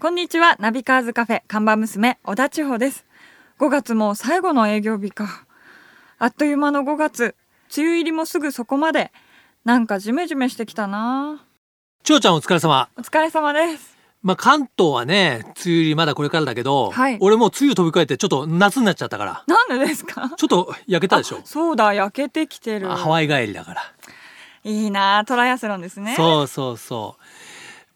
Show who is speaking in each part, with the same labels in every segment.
Speaker 1: こんにちはナビカーズカフェ看板娘小田千穂です5月も最後の営業日かあっという間の5月梅雨入りもすぐそこまでなんかジメジメしてきたな
Speaker 2: ちょうちゃんお疲れ様。
Speaker 1: お疲れ様です
Speaker 2: まあ、関東はね、梅雨入りまだこれからだけど、
Speaker 1: はい
Speaker 2: 俺もう梅雨飛び越えてちょっと夏になっちゃったから、
Speaker 1: なんでですか
Speaker 2: ちょっと焼けたでしょ
Speaker 1: あ。そうだ焼けてきてる
Speaker 2: あハワイ帰りだから。
Speaker 1: いいなトライアスロンですね
Speaker 2: そうそうそう。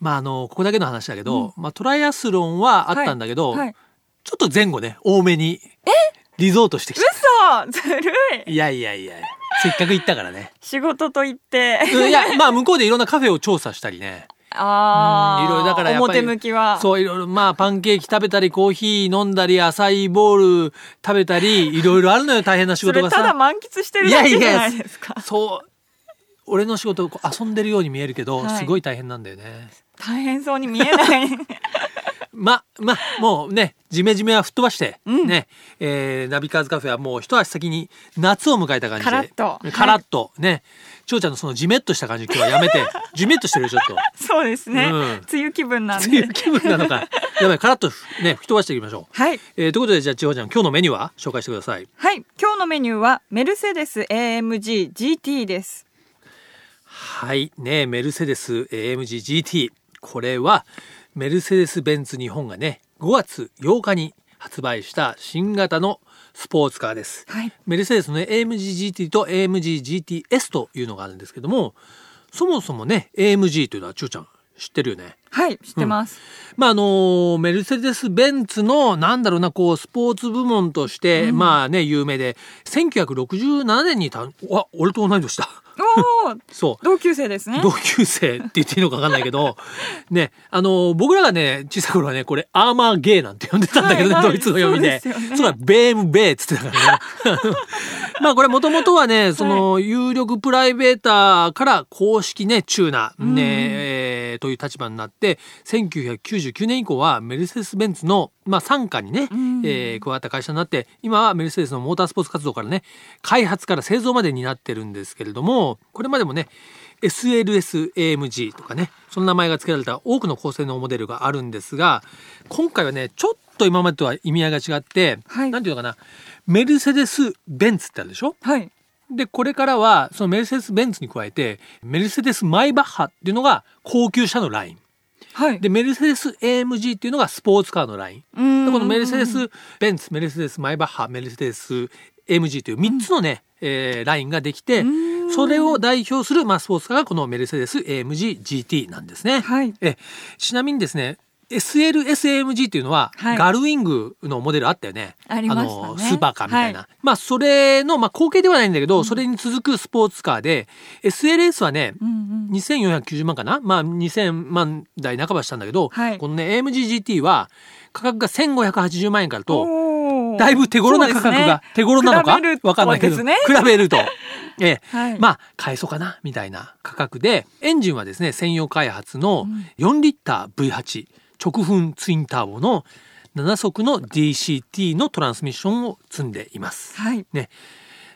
Speaker 2: まあ、あの、ここだけの話だけど、まあ、トライアスロンはあったんだけど、
Speaker 1: はいはい
Speaker 2: ちょっと前後ね、多めに、リゾートしてきた。
Speaker 1: 嘘ずるい。
Speaker 2: いやいやいや、せっかく行ったからね
Speaker 1: 仕事と言って
Speaker 2: うんいや、まあ、向こうでいろんなカフェを調査したりね。
Speaker 1: ああ
Speaker 2: うんいろいろだからやっぱり
Speaker 1: 表向きは
Speaker 2: そういろいろまあパンケーキ食べたりコーヒー飲んだり浅いボール食べたりいろいろあるのよ大変な仕
Speaker 1: そ
Speaker 2: 事
Speaker 1: れ
Speaker 2: が
Speaker 1: ただ
Speaker 2: さ
Speaker 1: 満喫してるだけじゃない
Speaker 2: やいや
Speaker 1: ですか
Speaker 2: そう俺の仕事こう遊んでるように見えるけど、
Speaker 1: はい
Speaker 2: すごい大変なんだよね
Speaker 1: 大変そうに見えない
Speaker 2: ままもうねジメジメは吹っ飛ばして、
Speaker 1: うん
Speaker 2: ね、えーナビカーズカフェはもう一足先に夏を迎えた感じで
Speaker 1: カラッと
Speaker 2: カラッとねちょうちゃんのそのジメッとした感じ今日はやめ てジメッとしてるよちょっと
Speaker 1: そうですね、
Speaker 2: うん
Speaker 1: 梅雨気分なんで
Speaker 2: そういう気分なのかやばいカラッとね吹き飛ばしていきましょう、
Speaker 1: はい
Speaker 2: えーということでじゃあ千穂ちゃん今日のメニューは紹介してください
Speaker 1: はい今日のメニューはメルセデス AMG GT です
Speaker 2: はいねメルセデス AMGGT これはメルセデス・ベンツ日本がね5月8日に発売した新型のスポーツカーです
Speaker 1: はい
Speaker 2: メルセデスのね AMGGT と AMGGTS というのがあるんですけどもそもそもね AMG というのはちゅうちゃん知ってるよね
Speaker 1: はい知ってます、
Speaker 2: まああのメルセデス・ベンツのなんだろうなこうスポーツ部門として、まあね有名で1967年にたあ俺と同い年だ
Speaker 1: おお
Speaker 2: そう
Speaker 1: 同級生ですね
Speaker 2: 同級生って言っていいのか分かんないけど ねあの僕らがね小さい頃はねこれアーマーゲーなんて呼んでたんだけどね、
Speaker 1: はいはい
Speaker 2: ドイツの読みで
Speaker 1: そ
Speaker 2: そうう
Speaker 1: ですよね
Speaker 2: だベームベーっつってたからね まあこれもともとはねその有力プライベーターから公式ねチューナーね、えーという立場になって1999年以降はメルセデス・ベンツの、まあ、傘下にね、
Speaker 1: ん
Speaker 2: えー加わった会社になって今はメルセデスのモータースポーツ活動からね開発から製造までになってるんですけれどもこれまでもね SLSAMG とかねその名前が付けられた多くの高性能モデルがあるんですが今回はねちょっと今までとは意味合いが違って
Speaker 1: はい
Speaker 2: なんていうのかなメルセデス・ベンツってあるでしょ
Speaker 1: はい
Speaker 2: でこれからはそのメルセデス・ベンツに加えてメルセデス・マイバッハっていうのが高級車のライン
Speaker 1: はい
Speaker 2: でメルセデス AMG っていうのがスポーツカーのライン
Speaker 1: うーん
Speaker 2: でこのメルセデス・ベンツメルセデス・マイバッハメルセデス MG という3つのね、えーラインができてそれを代表する、まあ、スポーツカーがこのメルセデス AMGGT なんですね。
Speaker 1: はい
Speaker 2: えちなみにですね SLSAMG っていうのは、
Speaker 1: はい
Speaker 2: ガルウィングのモデルあったよね。
Speaker 1: ありましたね
Speaker 2: のスーパーカーみたいな。
Speaker 1: は
Speaker 2: まあそれのまあ後継ではないんだけど、それに続くスポーツカーで SLS はね、
Speaker 1: うんうん
Speaker 2: 2490万かなまあ2000万台半ばしたんだけど、
Speaker 1: はい
Speaker 2: このね AMGGT は価格が1580万円からと
Speaker 1: おー
Speaker 2: だいぶ手頃な価格
Speaker 1: そうですね
Speaker 2: が、手頃なのか
Speaker 1: 比べると
Speaker 2: わかんないけ
Speaker 1: で
Speaker 2: ど
Speaker 1: すね
Speaker 2: 比べ ると、ええ
Speaker 1: はい
Speaker 2: まあ買えそうかなみたいな価格でエンジンはですね専用開発の4リッター V8 直噴ツインターボの7速の DCT のトランスミッションを積んでいます。
Speaker 1: はい
Speaker 2: ね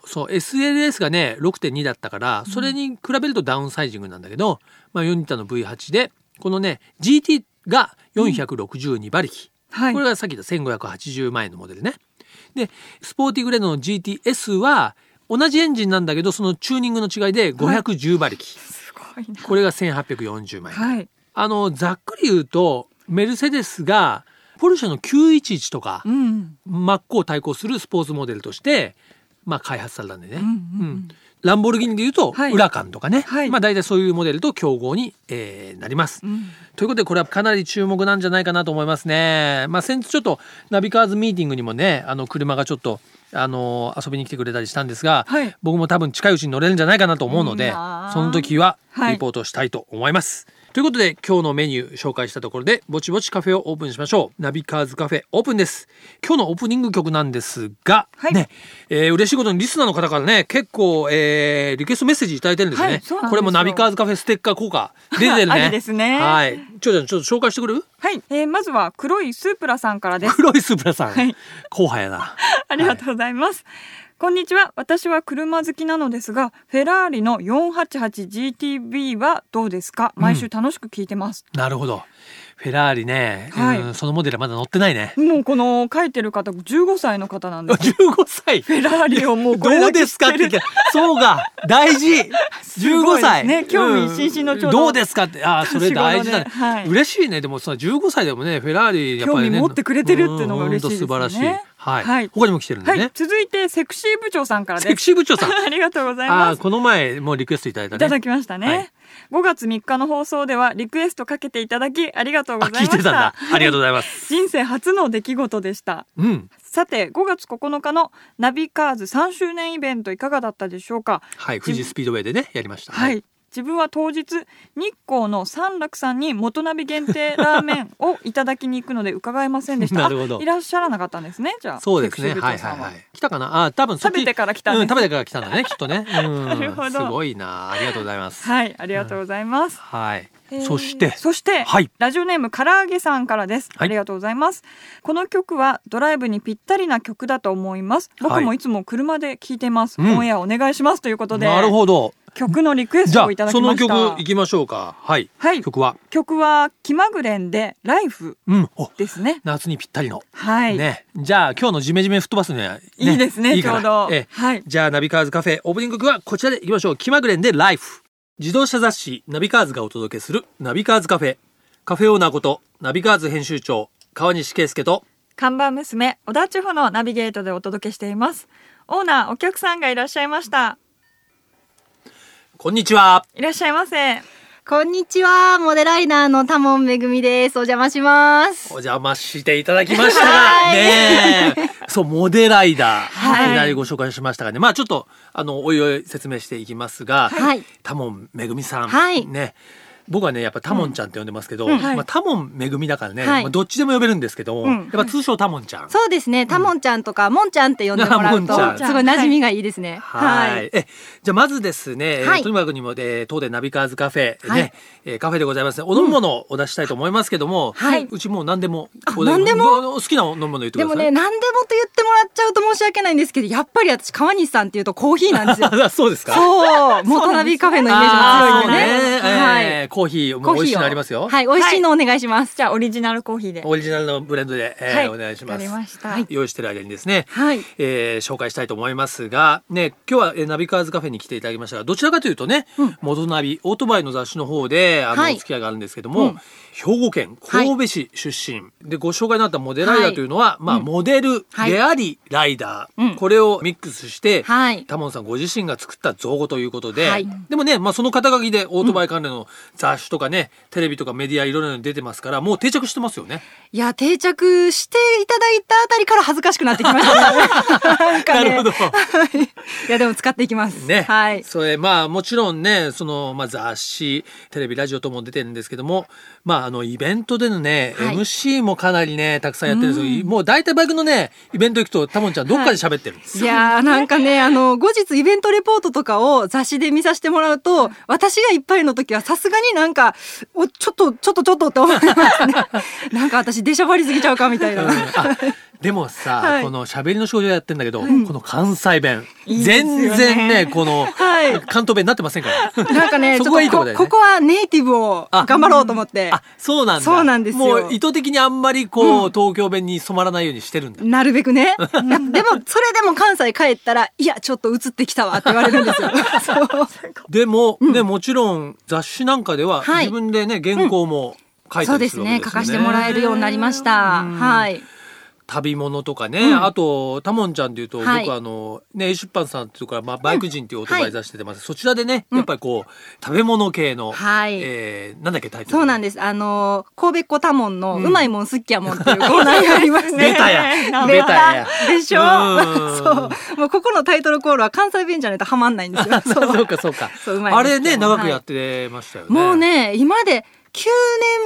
Speaker 2: そう SLS がね6.2だったからそれに比べるとダウンサイジングなんだけど、まあ、4リッターの V8 でこのね GT が462馬力、
Speaker 1: はい
Speaker 2: これがさっき言った1580万円のモデルね。でスポーティングレードの GTS は同じエンジンなんだけどそのチューニングの違いで510馬力、
Speaker 1: すごいな
Speaker 2: これが1840万円。
Speaker 1: はい
Speaker 2: あのざっくり言うとメルセデスがポルシェの911とか、
Speaker 1: うん
Speaker 2: 真っ向対抗するスポーツモデルとして、まあ、開発されたんでね、
Speaker 1: うんうんうん
Speaker 2: ランボルギーニでいうと、
Speaker 1: はい
Speaker 2: ウラカンとかね、
Speaker 1: はい
Speaker 2: まあ、大体そういうモデルと競合に、えーなります。
Speaker 1: うん
Speaker 2: ということでこれはかなり注目なんじゃないかなと思いますね。まあ、先日ちょっとナビカーズミーティングにもねあの車がちょっとあの遊びに来てくれたりしたんですが、
Speaker 1: はい
Speaker 2: 僕も多分近いうちに乗れるんじゃないかなと思うの
Speaker 1: いい
Speaker 2: で
Speaker 1: なあ
Speaker 2: その時は
Speaker 1: はい
Speaker 2: リポートしたいと思います。ということで今日のメニュー紹介したところでぼちぼちカフェをオープンしましょう。ナビカーズカフェオープンです。今日のオープニング曲なんですが、
Speaker 1: はい
Speaker 2: ね、えー嬉しいことにリスナーの方からね結構、えーリクエストメッセージいただいてるんですよね。
Speaker 1: はいそうなんですよ
Speaker 2: これもナビカーズカフェステッカー効果出てるね。
Speaker 1: ありですね
Speaker 2: はい。ちょちゃんちょっと紹介してく れる？
Speaker 1: はい、えー、まずは黒いスープラさんからです
Speaker 2: 黒いスープラさん、
Speaker 1: はい
Speaker 2: 後輩やな。
Speaker 1: ありがとうございます。こんにちは。私は車好きなのですが、フェラーリの 488GTB はどうですか毎週楽しく聞いてます。
Speaker 2: なるほど。フェラーリね、
Speaker 1: はい
Speaker 2: うんそのモデルはまだ乗ってない ね。
Speaker 1: もうこの書いてる方15歳の方なんです
Speaker 2: 15歳
Speaker 1: フェラーリをもうこれ
Speaker 2: どう
Speaker 1: だけ
Speaker 2: ですかっ
Speaker 1: 知て
Speaker 2: て聞
Speaker 1: る
Speaker 2: いたらそうか大事
Speaker 1: すごいで
Speaker 2: 15
Speaker 1: す
Speaker 2: 歳
Speaker 1: ね興味津々のちょうど
Speaker 2: どうですかっ てあーそれ大事だ、
Speaker 1: 年頃
Speaker 2: ね
Speaker 1: ではい
Speaker 2: 嬉しいねでもその15歳でもねフェラーリやっぱり、
Speaker 1: 興
Speaker 2: ね、
Speaker 1: 味持ってくれてるっていうのが嬉しいですね
Speaker 2: うんほんと素晴らしいはい、
Speaker 1: はい
Speaker 2: 他にも来てるんで
Speaker 1: は
Speaker 2: ね、
Speaker 1: い続いてセクシー部長さんから
Speaker 2: セ
Speaker 1: で
Speaker 2: ク
Speaker 1: す
Speaker 2: シー部長さん
Speaker 1: ありがとうござい
Speaker 2: あ
Speaker 1: ま
Speaker 2: ー
Speaker 1: す
Speaker 2: この前もうリクエストいただいた
Speaker 1: い
Speaker 2: ね
Speaker 1: ただきました
Speaker 2: は
Speaker 1: ね
Speaker 2: い、
Speaker 1: 5月3日の放送ではリクエストかけていただきありがとうご
Speaker 2: あ
Speaker 1: ざいま
Speaker 2: 聞い
Speaker 1: して
Speaker 2: たんだありがとうございます
Speaker 1: 人生初の出来事でした
Speaker 2: うん
Speaker 1: さて5月9日のナビカーズ3周年イベントいかがだったでしょうか
Speaker 2: はい富士スピードウェイでねやりました
Speaker 1: はい、自分は当日日光の三楽さんに元ナビ限定ラーメンをいただきに行くので伺えませんでした
Speaker 2: なるほど
Speaker 1: あいらっしゃらなかったんですねじゃあ
Speaker 2: そうですね
Speaker 1: セクシー
Speaker 2: は
Speaker 1: 部長
Speaker 2: い
Speaker 1: さ
Speaker 2: は
Speaker 1: ん
Speaker 2: い
Speaker 1: は
Speaker 2: はい来たかなあー多分そっ
Speaker 1: 食
Speaker 2: ち
Speaker 1: べてから来たん
Speaker 2: う
Speaker 1: で
Speaker 2: ん、
Speaker 1: す、
Speaker 2: 食べてから来たんだねきっとね、う ん、
Speaker 1: なるほど
Speaker 2: すごいなありがとうございます
Speaker 1: はいありがとうございます、
Speaker 2: はい、
Speaker 1: えー
Speaker 2: そして
Speaker 1: そして、
Speaker 2: はい
Speaker 1: ラジオネーム唐揚げさんからです、
Speaker 2: は
Speaker 1: あ
Speaker 2: い
Speaker 1: りがとうございますこの曲はドライブにぴったりな曲だと思います僕もいつも車で聴いてます、
Speaker 2: うん
Speaker 1: オンエアお願いしますということで
Speaker 2: なるほど
Speaker 1: 曲のリクエス
Speaker 2: じ
Speaker 1: ト
Speaker 2: ゃ
Speaker 1: をいた
Speaker 2: あ
Speaker 1: だ
Speaker 2: そ
Speaker 1: きま
Speaker 2: の
Speaker 1: した
Speaker 2: 曲いきましょうかはい、
Speaker 1: はい
Speaker 2: 曲は
Speaker 1: 曲は気まぐれんでライフ
Speaker 2: うんお
Speaker 1: ですね
Speaker 2: 夏にぴったりの、
Speaker 1: はい、
Speaker 2: ねじゃあ今日のジメジメ吹っ飛ばすには、ね、
Speaker 1: いいですね
Speaker 2: か
Speaker 1: ちょ
Speaker 2: ら
Speaker 1: うど、
Speaker 2: ええ
Speaker 1: はい
Speaker 2: じゃあナビカーズカフェオープニング曲はこちらでいきましょう気まぐれんでライフ自動車雑誌ナビカーズがお届けするナビカーズカフェカフェオーナーことナビカーズ編集長川西圭介と
Speaker 1: 看板娘小田地方のナビゲートでお届けしていますオーナーお客さんがいらっしゃいました
Speaker 2: こんにちはい
Speaker 1: らっしゃいませ
Speaker 3: こんにちは、モデライナーの多門めぐみです。お邪魔します
Speaker 2: お。邪魔していただきましたが、
Speaker 3: はい
Speaker 2: ねえ、そう、モデライダー、
Speaker 1: はい
Speaker 2: いきなりご紹介しましたがね、まあちょっと、あの、おいおい説明していきますが、
Speaker 3: はい
Speaker 2: タモンめぐみさん、
Speaker 3: はい
Speaker 2: ね、僕はね、やっぱタモンちゃんって呼んでますけど、
Speaker 1: んはい
Speaker 2: まあタモンめぐみだからね、
Speaker 3: はい
Speaker 2: まあどっちでも呼べるんですけども、
Speaker 1: うん
Speaker 2: やっぱ通称タモンちゃん。
Speaker 3: そうですね、多門ちゃんとか、もんちゃんって呼んでもらう
Speaker 2: もんちゃん
Speaker 3: と、すごい馴染みがいいですね。
Speaker 2: はい
Speaker 3: はい。
Speaker 2: えじゃあまずですね、
Speaker 3: はい
Speaker 2: えーとにかくにも、えー当店ナビカーズカフェ、ね
Speaker 3: はい
Speaker 2: えーカフェでございますお飲み物をお出ししたいと思いますけども、
Speaker 3: はいう
Speaker 2: ちもう何でも
Speaker 3: あ
Speaker 2: お出し
Speaker 3: 何でも
Speaker 2: あの好きなお飲み物言ってく
Speaker 3: で
Speaker 2: ださ
Speaker 3: も
Speaker 2: い
Speaker 3: ね、何でもと言ってもらっちゃうと申し訳ないんですけど、やっぱり私、川西さんっていうとコーヒーなんですよ。
Speaker 2: あ そうですか
Speaker 3: そう、元ナビカフェのイメージ
Speaker 2: あーそう
Speaker 3: が強いんで
Speaker 2: ね
Speaker 3: ね。
Speaker 2: えーコーヒー
Speaker 3: コ
Speaker 2: も
Speaker 3: ー
Speaker 2: 美味し
Speaker 3: ヒ
Speaker 2: い
Speaker 3: ーを
Speaker 2: のありますよ。
Speaker 3: はい、美味しいのお願いします。
Speaker 1: じゃあオリジナルコーヒーで
Speaker 2: オリジナルのブレンドで、えーお願いし
Speaker 1: わ
Speaker 2: ま
Speaker 1: か
Speaker 2: す
Speaker 1: り。ました、
Speaker 2: 用意してる間にですね、
Speaker 3: はい
Speaker 2: えー紹介したいと思いますが、ね、今日はえーナビカーズカフェに来ていただきましたがどちらかというとね、元ナビオートバイの雑誌の方であの、
Speaker 3: はい
Speaker 2: お付き合いがあるんですけども、兵庫県神戸市出身、でご紹介のあったモデルライダーというのは、まあ、モデル
Speaker 3: はい
Speaker 2: でありライダー、
Speaker 3: うん
Speaker 2: これをミックスして、
Speaker 3: はい
Speaker 2: タモンさんご自身が作った造語ということで、
Speaker 3: はい
Speaker 2: でもね、まあ、その肩書きでオートバイ関連の雑誌とかね、テレビとかメディアいろいろに出てますからもう定着してますよね。
Speaker 3: いや、定着していただいたあたりから恥ずかしくなってき ました。なんか
Speaker 2: な
Speaker 3: ね。
Speaker 2: るほど
Speaker 3: はい。いや、でも使っていきます。
Speaker 2: ね、
Speaker 3: はい。
Speaker 2: それまあもちろんねその、まあ、雑誌テレビラジオとも出てるんですけどもまああのイベントでのね、
Speaker 3: はい
Speaker 2: MC もかなりねたくさんやってるんですよ、もう大体バイクのねイベント行くとタモンちゃんどっかで喋ってるんです、
Speaker 3: いやーなんかね、あの、後日イベントレポートとかを雑誌で見させてもらうと、私がいっぱいの時はさすがになんか、お、ちょっと、ちょっと、ちょっとって思 いますね。なんか私、出しゃばりすぎちゃうかみたいな。
Speaker 2: あでもさ、
Speaker 3: はい
Speaker 2: この喋りの症状やってんだけど、この関西弁
Speaker 1: いいですよね
Speaker 2: 全然ねこの、
Speaker 3: はい
Speaker 2: 関東弁になってませんから
Speaker 3: なんかね、
Speaker 2: そ
Speaker 3: ち
Speaker 2: こがい
Speaker 3: ょ
Speaker 2: い
Speaker 3: っ
Speaker 2: とこ
Speaker 3: とこ、
Speaker 2: だよね
Speaker 3: ここはネイティブを
Speaker 2: あ
Speaker 3: 頑張ろうと思って、
Speaker 2: あそうなんだ
Speaker 3: そうなんですよ
Speaker 2: もう意図的にあんまりこう、東京弁に染まらないようにしてるんだ
Speaker 3: なるべくね。でも、それでも関西帰ったら、いや、ちょっと映ってきたわって言われるんで すよ。そう。
Speaker 2: でも、ねもちろん雑誌なんかでは
Speaker 3: はい
Speaker 2: 自分でね、原稿も書い
Speaker 3: そ
Speaker 2: た
Speaker 3: う
Speaker 2: り
Speaker 3: ですす
Speaker 2: るわけですよね。
Speaker 3: ね。書かせてもらえるようになりました。はい。
Speaker 2: 旅物とかね、あとタモンちゃんでいうと、
Speaker 3: はい
Speaker 2: 僕あのね出版さんというかまあバイク人っていうオートバ
Speaker 3: は
Speaker 2: イ
Speaker 3: い
Speaker 2: 出しててます、そちらでねやっぱりこう、食べ物系の、
Speaker 3: はい
Speaker 2: えーなんだっけタイトル
Speaker 3: そうなん
Speaker 2: で
Speaker 3: です。あのー神戸っ子多門のうまいもんすっきやもんっていうコーナーがあります
Speaker 2: 出
Speaker 3: ね。
Speaker 2: たや
Speaker 1: ね
Speaker 2: 出たや。
Speaker 3: でしょ
Speaker 2: うん
Speaker 3: そう。もうここのタイトルコールは関西弁じゃないとハマんないんですよ。
Speaker 2: そうかそうか
Speaker 3: そううまい
Speaker 2: あれね
Speaker 3: ですよ
Speaker 2: 長くやってましたよね、
Speaker 3: もうね、今で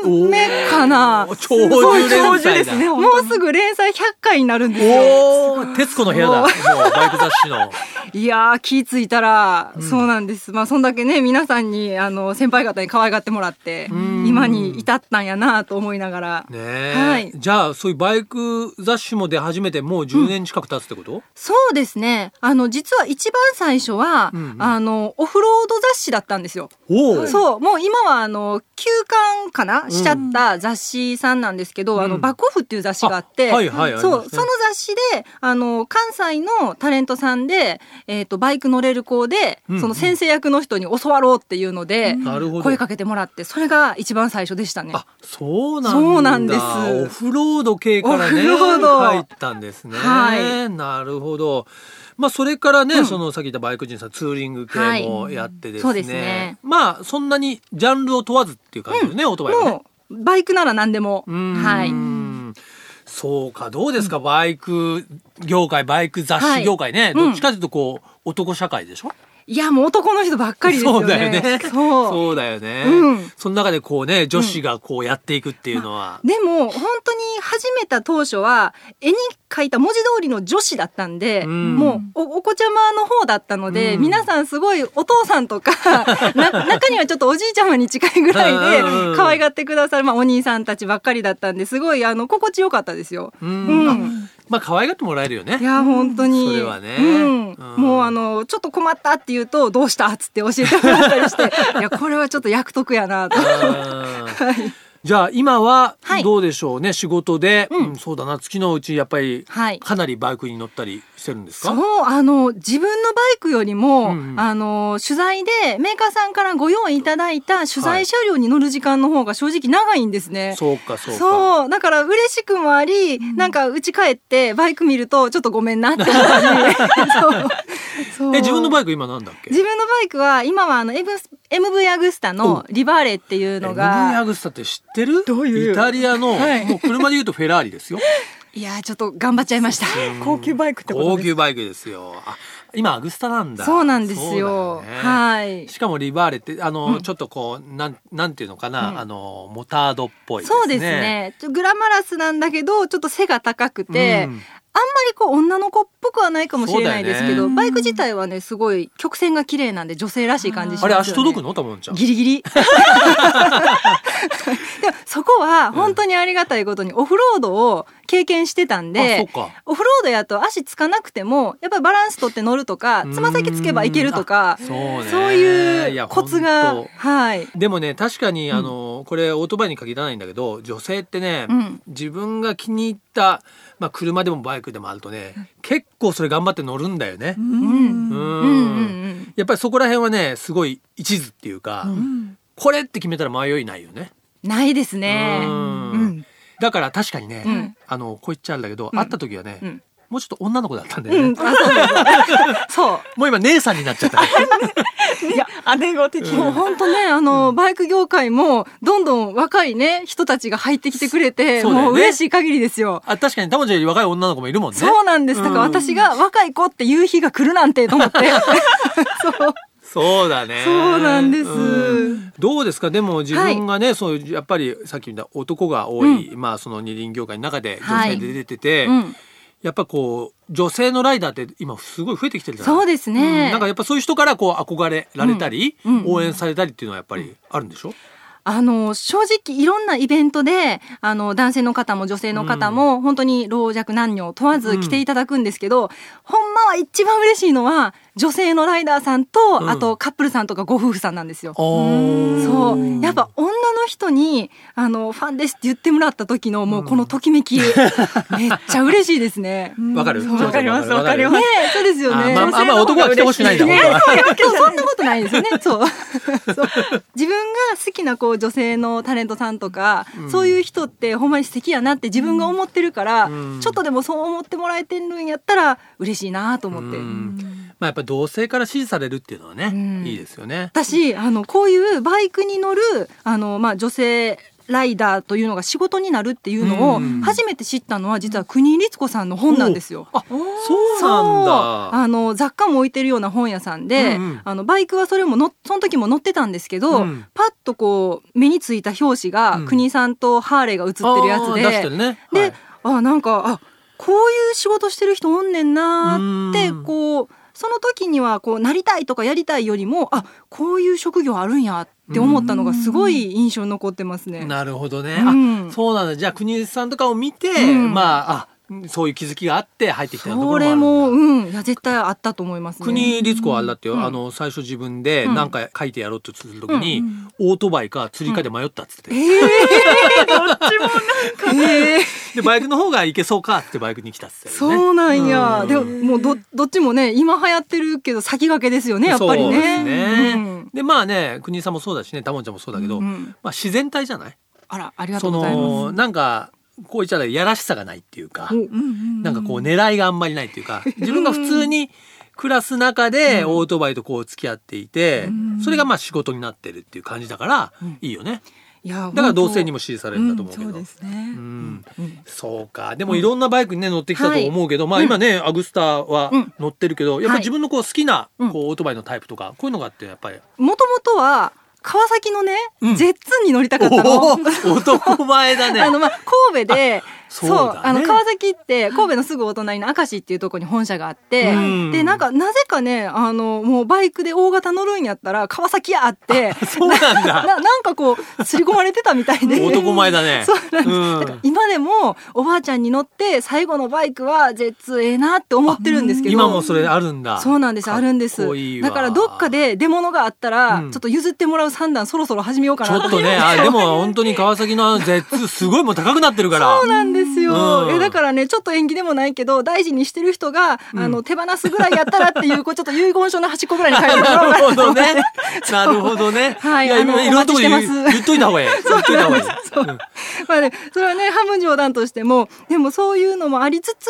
Speaker 3: 9年目かな。
Speaker 2: おー長寿連
Speaker 1: 長寿
Speaker 2: 載
Speaker 1: で
Speaker 2: だ
Speaker 1: すね
Speaker 3: もうすぐ連載100回になるんですよ。
Speaker 2: おお徹子の部屋だもうバイク雑誌の
Speaker 3: いやー、気ついたら、そうなんです。まあ、そんだけね、皆さんに、あの、先輩方に可愛がってもらって、
Speaker 2: ん
Speaker 3: 今に至ったんやなと思いながら。
Speaker 2: ねえ、
Speaker 3: はい
Speaker 2: じゃあそういうバイク雑誌も出始めてもう10年近く経つってこと、
Speaker 3: そうですね。あの、実は一番最初は、
Speaker 2: うんうん
Speaker 3: あの、オフロード雑誌だったんですよ。
Speaker 2: おお
Speaker 3: そう、もう今はあの、休刊版かなしちゃった雑誌さんなんですけど、
Speaker 2: うん
Speaker 3: あのバックオフっていう雑誌があって、
Speaker 2: あはいはいありますね
Speaker 3: そうその雑誌であの関西のタレントさんで、えー、とバイク乗れる子で、
Speaker 2: うん
Speaker 3: その先生役の人に教わろうっていうので、
Speaker 1: うん
Speaker 2: なるほど
Speaker 3: 声かけてもらってそれが一番最初でしたね。
Speaker 2: あそうなんだ
Speaker 3: そうなんです
Speaker 2: オフロード系からね
Speaker 3: オフロード
Speaker 2: 入ったんですね、
Speaker 3: はい
Speaker 2: なるほどまあそれからね、
Speaker 3: うん
Speaker 2: そのさっき言ったバイク人さんツーリング系もやってですね,、
Speaker 3: そうですね
Speaker 2: まあそんなにジャンルを問わずっていう感じでね、オートバイはね
Speaker 3: もうバイクなら何でも、
Speaker 2: うーん
Speaker 3: はい、
Speaker 2: そうかどうですか、バイク業界バイク雑誌業界ね、
Speaker 3: い
Speaker 2: どっちかというとこう男社会でしょ
Speaker 3: いやもう男の人ばっかりですよ
Speaker 2: そうだよ
Speaker 3: ね
Speaker 2: ね。
Speaker 3: そう
Speaker 2: そうだよね、
Speaker 3: うん
Speaker 2: その中でこうね女子がこうやっていくっていうのは、
Speaker 3: でも本当に始めた当初は絵に描いた文字通りの女子だったんで、
Speaker 2: うん
Speaker 3: もうおお子ちゃまの方だったので、
Speaker 2: うん
Speaker 3: 皆さんすごいお父さ んとかな中にはちょっとおじいちゃまに近いぐらいで
Speaker 2: うん
Speaker 3: 可愛がってくださる、まあ、お兄さんたちばっかりだったんですごいあの心地よかったですよ。
Speaker 2: うん
Speaker 3: うん
Speaker 2: まあ可愛がってもらえるよね
Speaker 3: いや本当に、
Speaker 2: それはね
Speaker 3: う
Speaker 2: う
Speaker 3: ん
Speaker 2: ん
Speaker 3: もうあのちょっと困ったって言うと「どうした?」っつって教えてもらったりして いやこれはちょっと役得やなと。
Speaker 2: うん
Speaker 3: はい
Speaker 2: じゃあ今は
Speaker 3: はい
Speaker 2: どうでしょうね、仕事で、
Speaker 3: うん
Speaker 2: うんそうだな月のうちやっぱり
Speaker 3: はい
Speaker 2: かなりバイクに乗ったりしてるんですか、
Speaker 3: そうあの自分のバイクより
Speaker 2: うん
Speaker 3: も、
Speaker 2: うん
Speaker 3: あの取材でメーカーさんからご用意いただいた取
Speaker 2: はい
Speaker 3: 材車両に乗る時間の方が正直長いんですね。
Speaker 2: そうかそうか
Speaker 3: そうだから嬉しくもあり、なんか家帰ってバイク見るとちょっとごめんなって 思ったりそうそう
Speaker 2: え自分のバイク今なんだっけ
Speaker 3: 自分のバイクは今はあの MV アグスタのリバーレっていうの
Speaker 2: エム
Speaker 3: が
Speaker 2: アグスタって知ってる
Speaker 1: どういう
Speaker 2: イタリアの、
Speaker 1: はい
Speaker 2: もう車で言うとフェラーリ ですよ
Speaker 3: いやーちょっと頑張っちゃいました。
Speaker 1: 高級バイクってこと
Speaker 2: 高
Speaker 1: です
Speaker 2: 級バイクですよあ今アグスタなんだ
Speaker 3: そうなんですよ
Speaker 2: そう。だね
Speaker 3: はい。
Speaker 2: しかもリバーレってあの、ちょっとこうなんなんていうのかな、あのモタードっぽいですね
Speaker 3: そうですねちょグラマラスなんだけどちょっと背が高くて、
Speaker 2: うん
Speaker 3: あんまりこう女の子っぽくはないかもしれないですけ
Speaker 2: そうだ
Speaker 3: ど、
Speaker 1: よね
Speaker 3: バイク自体はねすごい曲線が綺麗なんで女性らしい感じし
Speaker 2: あ
Speaker 3: ます
Speaker 2: れ
Speaker 3: よ、ね、
Speaker 2: 足届くのたもんちゃん
Speaker 3: ギリ ギリでもそこは本当にありがたいことにオフロードを経験してた
Speaker 2: あ
Speaker 3: ん
Speaker 2: そ
Speaker 3: で
Speaker 2: う、か
Speaker 3: オフロードやと足つかなくてもやっぱりバランス取って乗るとかつま先つけばいけるとか
Speaker 2: そうね
Speaker 3: そう
Speaker 2: い
Speaker 3: いう
Speaker 2: や
Speaker 3: コツが
Speaker 2: 本
Speaker 3: はい
Speaker 2: 当でもね確かにあの、これオートバイに限らないんだけど女性ってね、
Speaker 3: うん
Speaker 2: 自分が気に入った、まあ、車でもバイクでもあるとね結構それ頑張って乗るんだよね。
Speaker 1: う
Speaker 2: うん
Speaker 1: ん
Speaker 3: うんうんうん
Speaker 2: やっぱりそこら辺はねすごい一途っていうか、
Speaker 1: うん
Speaker 2: これって決めたら迷いないよね。
Speaker 3: ないですね
Speaker 2: うん
Speaker 3: うん
Speaker 2: だから確かにね、
Speaker 3: うん
Speaker 2: あのこう言っちゃうんだけど、
Speaker 3: うん
Speaker 2: 会った時はね、
Speaker 3: うん
Speaker 2: もうちょっと女の子だったんだよね、
Speaker 3: うん、あそう そうそうそう
Speaker 2: もう今姉さんになっちゃった、
Speaker 1: 姉御的
Speaker 3: もう
Speaker 1: な
Speaker 3: 本当ね、あの、バイク業界も、どんどん若いね、人たちが入ってきてくれて、
Speaker 2: そうだよね
Speaker 3: もう嬉しい限りですよ。
Speaker 2: あ確かにタモちゃんより若い女の子もいるもんね
Speaker 3: そうなんです。だから私が若い子っていう日が来るなんてと 思って。そう。
Speaker 2: そうだね
Speaker 3: そうなんです
Speaker 2: んどうですかでも自分がね、そういうやっぱりさっき言った男が多い、まあその二輪業界の中で女
Speaker 3: は
Speaker 2: 性
Speaker 3: い
Speaker 2: で出てて、
Speaker 3: うん。
Speaker 2: やっぱこう女性のライダーって今すごい増えてきてるじゃない
Speaker 3: そうですね。
Speaker 2: なんかやっぱそういう人からこう憧れられたり、
Speaker 3: うんうん
Speaker 2: 応援されたりっていうのはやっぱりあるんでしょ、
Speaker 3: あの正直いろんなイベントであの男性の方も女性の方も、本当に老若男女問わず来ていただくんですけど、ほんまは一番嬉しいのは女性のライダーさんと、
Speaker 2: うん
Speaker 3: あとカップルさんとかご夫婦さんなんですよ。
Speaker 2: あー
Speaker 3: そうやっぱ女の人にあのファンですって言ってもらった時のもうこのときめき、めっちゃ嬉しいですね。ね
Speaker 2: わかる
Speaker 1: そうわかりますわかり
Speaker 2: わ
Speaker 1: ま
Speaker 2: か
Speaker 1: す
Speaker 3: えそうですよね。
Speaker 2: あまあまあ男は来てほしくないんだ
Speaker 3: ね、
Speaker 2: 本当は
Speaker 3: そういうわけじゃないそんなことないです よね。そう。そう自分が好きなこう女性のタレントさんとか、
Speaker 2: うん
Speaker 3: そういう人ってほんまに素敵やなって自分が思ってるから、
Speaker 2: うん
Speaker 3: ちょっとでもそう思ってもらえてるんやったら嬉しいなと思って。
Speaker 2: うんまあやっぱ同性から支持されるっていうのはね、
Speaker 3: うん
Speaker 2: いいですよね。
Speaker 3: 私あのこういうバイクに乗るあの、まあ、女性ライダーというのが仕事になるっていうの
Speaker 2: う
Speaker 3: を
Speaker 2: ん
Speaker 3: 初めて知ったのは実は国井律子さんの本なんですよ。
Speaker 2: あ、そうなん
Speaker 3: そう
Speaker 2: だ。
Speaker 3: あの雑貨も置いてるような本屋さんで、
Speaker 2: うんうん
Speaker 3: あのバイクはそれものその時も乗ってたんですけど、
Speaker 2: うん
Speaker 3: パッとこう目についた表紙が、
Speaker 2: うん
Speaker 3: 国井さんとハーレーが写ってるやつ
Speaker 2: あー出して
Speaker 3: で
Speaker 2: るね。
Speaker 3: で、
Speaker 2: はい
Speaker 3: あなんかあこういう仕事してる人おんねんなーって
Speaker 2: うん
Speaker 3: こうその時にはこうなりたいとかやりたいよりもあこういう職業あるんやって思ったのがすごい印象に残ってますね。
Speaker 2: なるほどね。
Speaker 3: うん
Speaker 2: あ、そうなんだ。じゃあ国枝さんとかを見て、
Speaker 3: うん
Speaker 2: まああそういう気づきがあって入ってきたようなとこ
Speaker 3: そ
Speaker 2: ろもあるんだ
Speaker 3: れもうんいや絶対あったと思いますね
Speaker 2: 国律子はあれだってよ、
Speaker 3: うん
Speaker 2: あの最初自分で
Speaker 3: うん
Speaker 2: 何か書いてやろうって言ってた時に、
Speaker 3: うん
Speaker 2: オートバイか釣りかで迷ったっつって、
Speaker 3: えー、 どっちもなんかえー
Speaker 2: でバイクの方がいけそうかっつってバイクに来たっつって、ね、
Speaker 3: そうなんや、
Speaker 2: うん
Speaker 3: でももうどどっちもね今流行ってるけど先駆けですよねやっぱり
Speaker 2: そうです
Speaker 3: ね
Speaker 2: ね、
Speaker 3: うん
Speaker 2: でまあね国井さんもそうだしねタモンちゃんもそうだけど、
Speaker 3: うん
Speaker 2: まあ、自然体じゃない
Speaker 3: あらありがと
Speaker 2: そう
Speaker 3: ございます
Speaker 2: のなんかこう言っちゃったらやらしさがないっていうか、
Speaker 3: お
Speaker 2: なんかこう狙いがあんまりないっていうか自分が普通に暮らす中でオートバイとこう付き合っていて、
Speaker 3: うん
Speaker 2: それがまあ仕事になってるっていう感じだから、
Speaker 3: うん
Speaker 2: いいよね
Speaker 3: いや
Speaker 2: だから同性に
Speaker 3: も
Speaker 2: も支持されるんだと思うけ
Speaker 1: そ
Speaker 2: ど、
Speaker 1: うですね、
Speaker 2: うん
Speaker 3: うん
Speaker 2: そうかでもいろんなバイクにね乗ってきたと思うけど、
Speaker 3: い
Speaker 2: まあ今ね、アグスターは
Speaker 3: うん
Speaker 2: 乗ってるけど、やっぱ
Speaker 3: は
Speaker 2: り
Speaker 3: い
Speaker 2: 自分のこう好きなこ
Speaker 3: う
Speaker 2: うんオートバイのタイプとか、こういうのがあってやっぱり
Speaker 3: もともとは川崎のね、
Speaker 2: うん
Speaker 3: ジェッツンに乗りたかったの。
Speaker 2: おお男前だね
Speaker 3: あのまあ神戸で
Speaker 2: そ
Speaker 3: そうう
Speaker 2: だね
Speaker 3: あの川崎って神戸のすぐお隣の明石っていうところに本社があって、
Speaker 2: うん
Speaker 3: でなんかなぜかねあのもうバイクで大型乗るんやったら川崎やって
Speaker 2: そうなん
Speaker 3: な
Speaker 2: だ
Speaker 3: なんかこうすり込まれてたみたいで
Speaker 2: 男前だね
Speaker 3: そうなんです、
Speaker 2: うん
Speaker 3: だから今でもおばあちゃんに乗って最後のバイクはジェッツええなって思ってるんですけど
Speaker 2: 今もそれあるんだ
Speaker 3: そうなんですあるんです
Speaker 2: かっこいいわ
Speaker 3: だからどっかで出物があったら、
Speaker 2: うん
Speaker 3: ちょっと譲ってもらう算段そろそろ始めようか
Speaker 2: ちょ
Speaker 3: な
Speaker 2: っとねあでも本当に川崎のあの Z すごいもう高くなってるから
Speaker 3: そうなんですよ、
Speaker 2: うん
Speaker 3: えだからねちょっと縁起でもないけど大事にしてる人が、
Speaker 2: うん
Speaker 3: あの手放すぐらいやったらっていうこうちょっと遺言書の端っこぐらいに書いても らおう
Speaker 2: なるほ
Speaker 3: かな
Speaker 2: どね。なるほどね。
Speaker 3: はい
Speaker 2: や
Speaker 3: あの
Speaker 2: 今いろんなところ言
Speaker 3: お待ちして
Speaker 2: う
Speaker 3: ます
Speaker 2: 言っといた 方がいい。言っといた方がいい。うん
Speaker 3: まあね、それはね半分冗談としてもでもそういうのもありつつ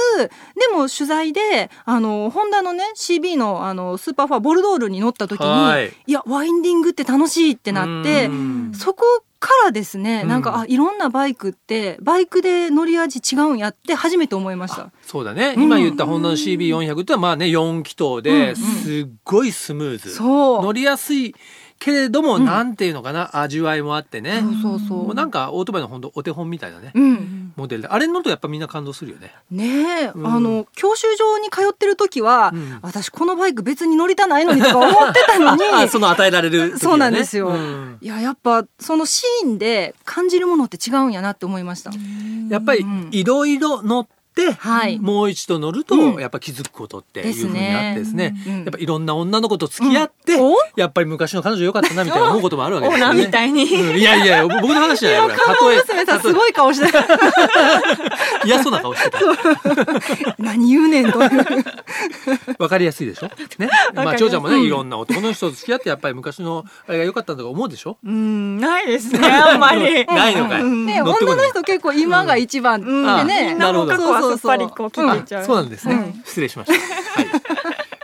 Speaker 3: でも取材であのホンダのね CB のあのスーパーファーボルドールに乗った時に、
Speaker 2: はい
Speaker 3: い、やワインディングって楽しいってなって
Speaker 2: うん
Speaker 3: そこからですね
Speaker 2: うん
Speaker 3: なんか、あいろんなバイクってバイクで乗り味違うんやって初めて思いました。
Speaker 2: そうだね、
Speaker 3: うん
Speaker 2: 今言ったホンダの CB400 ってのはまあね4気筒
Speaker 3: うんう
Speaker 2: で
Speaker 3: ん
Speaker 2: すっごいスムーズ、
Speaker 3: そ
Speaker 2: 乗
Speaker 3: う
Speaker 2: りやすいけれども、
Speaker 3: うん
Speaker 2: なんていうのかな味わいもあってね、
Speaker 3: そうそうそう
Speaker 2: もうなんかオートバイの本当お手本みたいなね、
Speaker 3: うん、
Speaker 2: モデルであれ乗るとやっぱみんな感動するよね。
Speaker 3: ねえ、
Speaker 2: うん
Speaker 3: あの教習所に通ってる時は、
Speaker 2: うん
Speaker 3: 私このバイク別に乗りたないのにとか思ってたの
Speaker 2: あ
Speaker 3: に
Speaker 2: その与えられる時はね、
Speaker 3: そうなんですよ
Speaker 2: うん
Speaker 3: いややっぱそのシーンで感じるものって違うんやなって思いました。
Speaker 2: やっぱり
Speaker 3: うん
Speaker 2: いろいろ乗って、
Speaker 3: はい
Speaker 2: もう一度乗ると、
Speaker 3: うん
Speaker 2: やっぱ気づくことってい
Speaker 3: で
Speaker 2: う
Speaker 3: す
Speaker 2: ふう
Speaker 3: ね
Speaker 2: にあってですね
Speaker 3: うん
Speaker 2: やっぱいろんな女の子と付き合って、
Speaker 3: うんお
Speaker 2: やっぱり昔の彼女良かったなみたいな思うこともあるわけですよね。
Speaker 1: いに
Speaker 2: うんいやいや僕の話じゃないこれ
Speaker 3: 看板娘さんすごい顔して
Speaker 2: 例え嫌そうな顔してた
Speaker 3: 何言うねんという。
Speaker 2: わかりやすいでしょ ねまあ
Speaker 1: ます
Speaker 2: 長ちゃんも
Speaker 3: うん
Speaker 2: ねいろんな男の人と付き合ってやっぱり昔のあれが良かったんだとか思うでしょ
Speaker 1: うんないですねあんまり
Speaker 2: ないのかい、
Speaker 3: ね
Speaker 2: 乗ってこ
Speaker 3: 女
Speaker 2: ない
Speaker 3: の人結構今が一番って
Speaker 1: うん
Speaker 2: あ
Speaker 3: ね。
Speaker 1: みん
Speaker 2: な
Speaker 1: な
Speaker 2: るほ
Speaker 1: の
Speaker 2: ど
Speaker 1: 過去はすっぱりこう切
Speaker 3: うん
Speaker 1: れちゃ
Speaker 2: あ
Speaker 1: う
Speaker 2: そうなんですね、
Speaker 3: うん
Speaker 2: 失礼しましたはい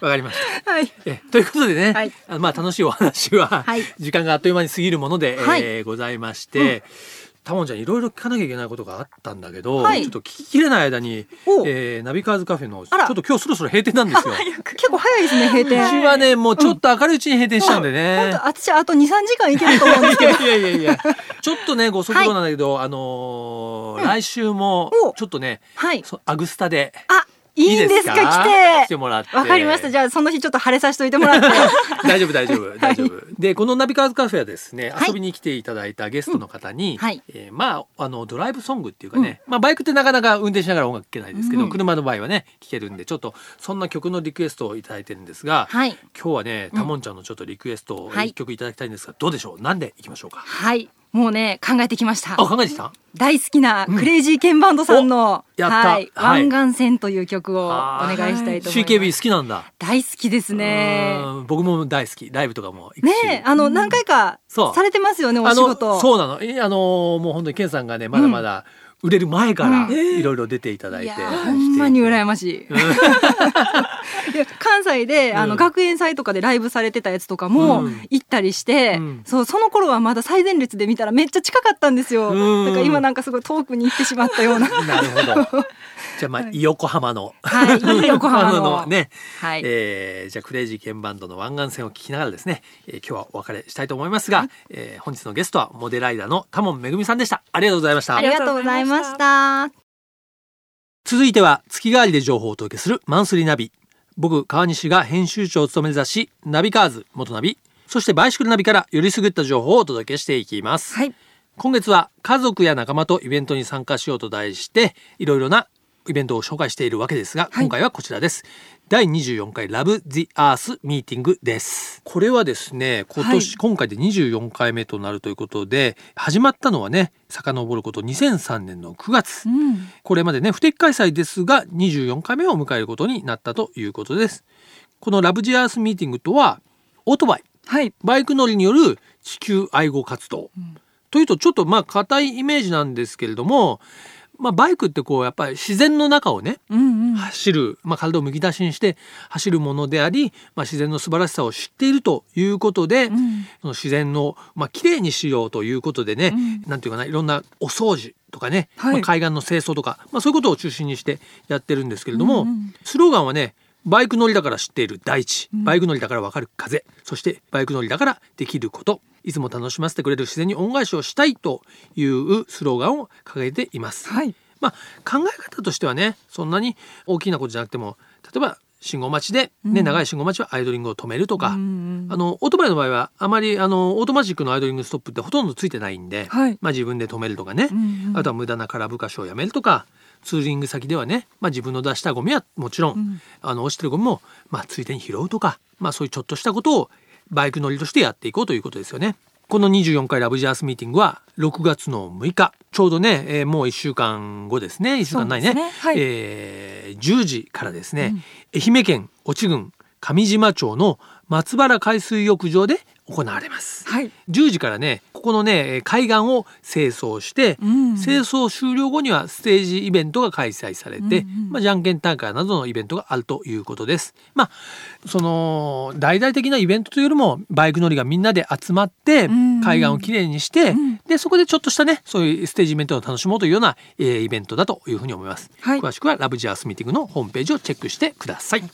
Speaker 2: わかりました
Speaker 3: はい。
Speaker 2: えということでね、
Speaker 3: はい
Speaker 2: あまあ楽しいお話は、
Speaker 3: はい
Speaker 2: 時間があっという間に過ぎるもので、
Speaker 3: はい
Speaker 2: えーございまして、タモンちゃんいろいろ聞かなきゃいけないことがあったんだけど、
Speaker 3: はい
Speaker 2: ちょっと聞ききれない間に
Speaker 3: お、
Speaker 2: えーナビカーズカフェのちょ
Speaker 3: あら
Speaker 2: っと今日そろそろ閉店なんですよ。う
Speaker 3: 結構早いですね閉
Speaker 2: ち
Speaker 3: 店。
Speaker 2: はねもうちょっと明るいうちに閉店したんでね。
Speaker 3: 本当私あと二三時間いけると思うんです
Speaker 2: い
Speaker 3: けど。
Speaker 2: やいやいやい やちょっとねご速度なんだけど、あのー来週も
Speaker 3: お
Speaker 2: ちょっとね
Speaker 3: はい。
Speaker 2: そアグスタで
Speaker 3: あいいんですか来
Speaker 2: 来
Speaker 3: て
Speaker 2: て。もらって
Speaker 3: わかりました。じゃあその日ちょっと晴れさせておいてもらって。
Speaker 2: 大丈夫大丈 夫大丈夫、でこのナビカーズカフェはですね遊びに来ていただいたゲストの方に、
Speaker 3: んはい
Speaker 2: えーまああのドライブソングっていうかね、まあバイクってなかなか運転しながら音楽聴けないですけど、
Speaker 3: うん
Speaker 2: 車の場合はね聴けるんでちょっとそんな曲のリクエストを頂いただいてるんですが、
Speaker 3: はい。
Speaker 2: 今日はねタモンちゃんのちょっとリクエストを
Speaker 3: はい
Speaker 2: 一曲いただきたいんですが、どうでしょうなんでいきましょうか
Speaker 3: はい。もうね、考えてきました
Speaker 2: あ。考えてきた
Speaker 3: 大好きなクレイジーケンバンドさんの、
Speaker 2: うんおやった
Speaker 3: はい、
Speaker 2: はい
Speaker 3: 湾岸線という曲をお
Speaker 2: あー
Speaker 3: 願いしたいと思いま
Speaker 2: CKB
Speaker 3: す。
Speaker 2: 好きなんだ
Speaker 3: 大好きですね。
Speaker 2: うん僕も大好きライブとかも行く
Speaker 3: ね
Speaker 2: し
Speaker 3: え、あの、何回か
Speaker 2: そう
Speaker 3: されてますよね、お
Speaker 2: あ
Speaker 3: 仕
Speaker 2: の
Speaker 3: 事。
Speaker 2: そうなのえあのもう本当にケンさんがねまだまだ売れる前から
Speaker 3: うん
Speaker 2: いろいろ出ていただいて、
Speaker 3: やーほんまに羨ましい。いや関西で、あ
Speaker 2: う
Speaker 3: の
Speaker 2: ん
Speaker 3: 学園祭とかでライブされてたやつとかも
Speaker 2: うん
Speaker 3: 行ったりして、
Speaker 2: うん
Speaker 3: そうその頃はまだ最前列で見たらめっちゃ近かったんですよ。
Speaker 2: うん
Speaker 3: だから今なんかすごい遠くに行ってしまったよ うな。
Speaker 2: なる ほどじゃあまあ、横浜の
Speaker 3: はい、横浜 の。
Speaker 2: ね、
Speaker 3: はい。
Speaker 2: えーじゃあクレイジーケンバンドの湾岸線を聞きながらですね、えー今日はお別れしたいと思いますが、えー本日のゲストはモデライダーのタモンめぐみさんでしたありがとうございました
Speaker 3: ありがとうございました。
Speaker 2: 続いては月替わりで情報をお届けするマンスリーナビ僕川西が編集長を務める雑誌ナビカーズ元ナビそしてバイシクルナビからよりすぐった情報をお届けしていきます、
Speaker 1: はい
Speaker 2: 今月は家族や仲間とイベントに参加しようと題していろいろなイベントを紹介しているわけですが、今回はこちらです。第24回ラブ・ザ・アース・ミーティングです。これはですね、今年、
Speaker 3: は
Speaker 2: 今回で24回目となるということで、始まったのはね、遡ること2003年の9月。
Speaker 3: うん、
Speaker 2: これまでね不定期開催ですが24回目を迎えることになったということですこのラブジェアースミーティングとはオートバイ
Speaker 1: はい
Speaker 2: バイク乗りによる地球愛護活動、というとちょっとまあ硬いイメージなんですけれども、まあ、バイクってこうやっぱり自然の中をね
Speaker 3: うんうん、
Speaker 2: 走る、まあ、体をむき出しにして走るものであり、まあ、自然の素晴らしさを知っているということで、
Speaker 3: ん
Speaker 2: その自然の、まあ綺麗にしようということでね、なんていうかないろんなお掃除とかね、
Speaker 1: はい
Speaker 2: まあ海岸の清掃とか、まあ、そういうことを中心にしてやってるんですけれども、
Speaker 3: うんうん
Speaker 2: スローガンはねバイク乗りだから知っている大地、バイク乗りだからわかる風そしてバイク乗りだからできることいつも楽しませてくれる自然に恩返しをしたいというスローガンを掲げています。
Speaker 1: はい
Speaker 2: まあ、考え方としてはねそんなに大きなことじゃなくても例えば信号待ちで、ね長い信号待ちはアイドリングを止めるとか、あのオートバイの場合はあまりあのオートマジックのアイドリングストップってほとんどついてないんで、
Speaker 1: はい
Speaker 2: まあ、自分で止めるとかね、
Speaker 3: ん
Speaker 2: あとは無駄な空ぶかしをやめるとかツーリング先ではね、まあ、自分の出したゴミはもちろん、あの落ちてるゴミも、まあ、ついでに拾うとか、まあ、そういうちょっとしたことをバイク乗りとしてやっていこうということですよね。この24回ラブジャースミーティングは6月の6日ちょうどね、えーもう1週間後ですね1週間ない
Speaker 1: そ
Speaker 2: ね
Speaker 1: うですねはい
Speaker 2: えー10時からですね、愛媛県越智郡上島町の松原海水浴場で行われます。
Speaker 1: はい
Speaker 2: 10時からねここのねえー海岸を清掃して、
Speaker 3: うん
Speaker 2: 清掃終了後にはステージイベントが開催されて、まあ、じゃんけん大会などのイベントがあるということです。まあその大々的なイベントというよりもバイク乗りがみんなで集まって
Speaker 3: ん
Speaker 2: 海岸をきれいにして、
Speaker 3: ん
Speaker 2: でそこでちょっとしたねそういうステージイベントを楽しもうというような、えーイベントだというふうに思います。
Speaker 1: はい
Speaker 2: 詳しくはラブジアースミーティングのホームページをチェックしてください。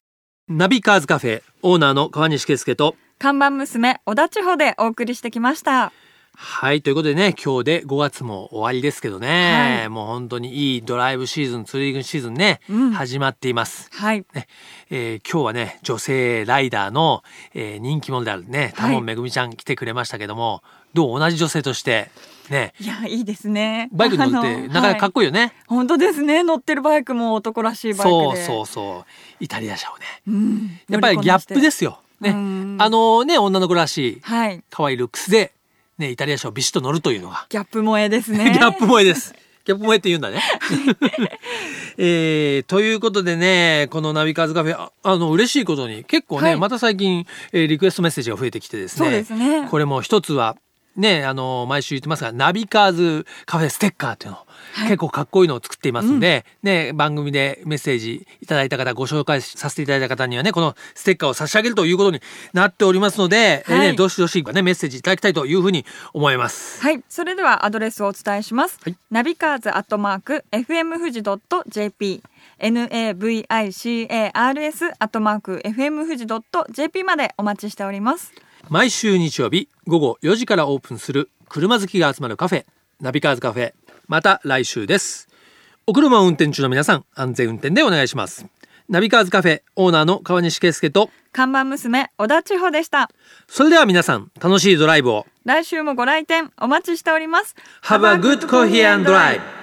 Speaker 2: ナビカーズカフェオーナーの川西圭介と
Speaker 1: 看板娘小田千穂でお送りしてきました
Speaker 2: はいということでね今日で5月も終わりですけどね、
Speaker 1: はい
Speaker 2: もう本当にいいドライブシーズンツーリングシーズンね、
Speaker 1: うん
Speaker 2: 始まっています。
Speaker 1: はい
Speaker 2: ねえー今日はね女性ライダーの、えー人気者であるね
Speaker 1: は
Speaker 2: 多
Speaker 1: い
Speaker 2: 門めぐみちゃん来てくれましたけども、どう同じ女性としてね
Speaker 1: いやいいですね
Speaker 2: バイクに乗
Speaker 1: あ
Speaker 2: って
Speaker 1: の
Speaker 2: なかなかか
Speaker 1: は
Speaker 2: っ
Speaker 1: い
Speaker 2: こいいよね。
Speaker 1: 本当ですね乗ってるバイクも男らしいバイク
Speaker 2: そう
Speaker 1: で
Speaker 2: そうそうイタリア車をね
Speaker 1: う、ん、
Speaker 2: やっぱりギャップですすよ。ね、
Speaker 1: うん
Speaker 2: あのね女の子らしい
Speaker 1: はい
Speaker 2: 可愛いルックスで、ね、イタリア車をビシッと乗るというのが、
Speaker 1: ギャップ萌えですね
Speaker 2: ギャップ萌えです。ギャップ萌えって言う んだね。えーということでねこの「ナビカーズカフェ」ああの嬉しいことに結構ね、
Speaker 1: はい
Speaker 2: また最近、えーリクエストメッセージが増えてきてです
Speaker 1: そ
Speaker 2: ね
Speaker 1: うですね
Speaker 2: これも一つはねあの毎週言ってますが「ナビカーズカフェステッカー」っていうの、結構かっこいいのを作っていますので、ね、番組でメッセージいただいた方ご紹介させていただいた方にはねこのステッカーを差し上げるということになっておりますので、えーね
Speaker 1: はい
Speaker 2: どしどし、ね、メッセージいただきたいというふうに思います。
Speaker 1: はい、それではアドレスをお伝えします。
Speaker 2: はい
Speaker 1: ナビカーズアットマーク fm 富士ドット jp、n a v i c a r s アットマーク fm 富士ドット jp までお待ちしております。
Speaker 2: 毎週日曜日午後4時からオープンする車好きが集まるカフェナビカーズカフェまた来週ですお車を運転中の皆さん安全運転でお願いしますナビカーズカフェオーナーの川西圭介と
Speaker 1: 看板娘小田千穂でした。
Speaker 2: それでは皆さん楽しいドライブを
Speaker 1: 来週もご来店お待ちしております。
Speaker 2: Have a good coffee and drive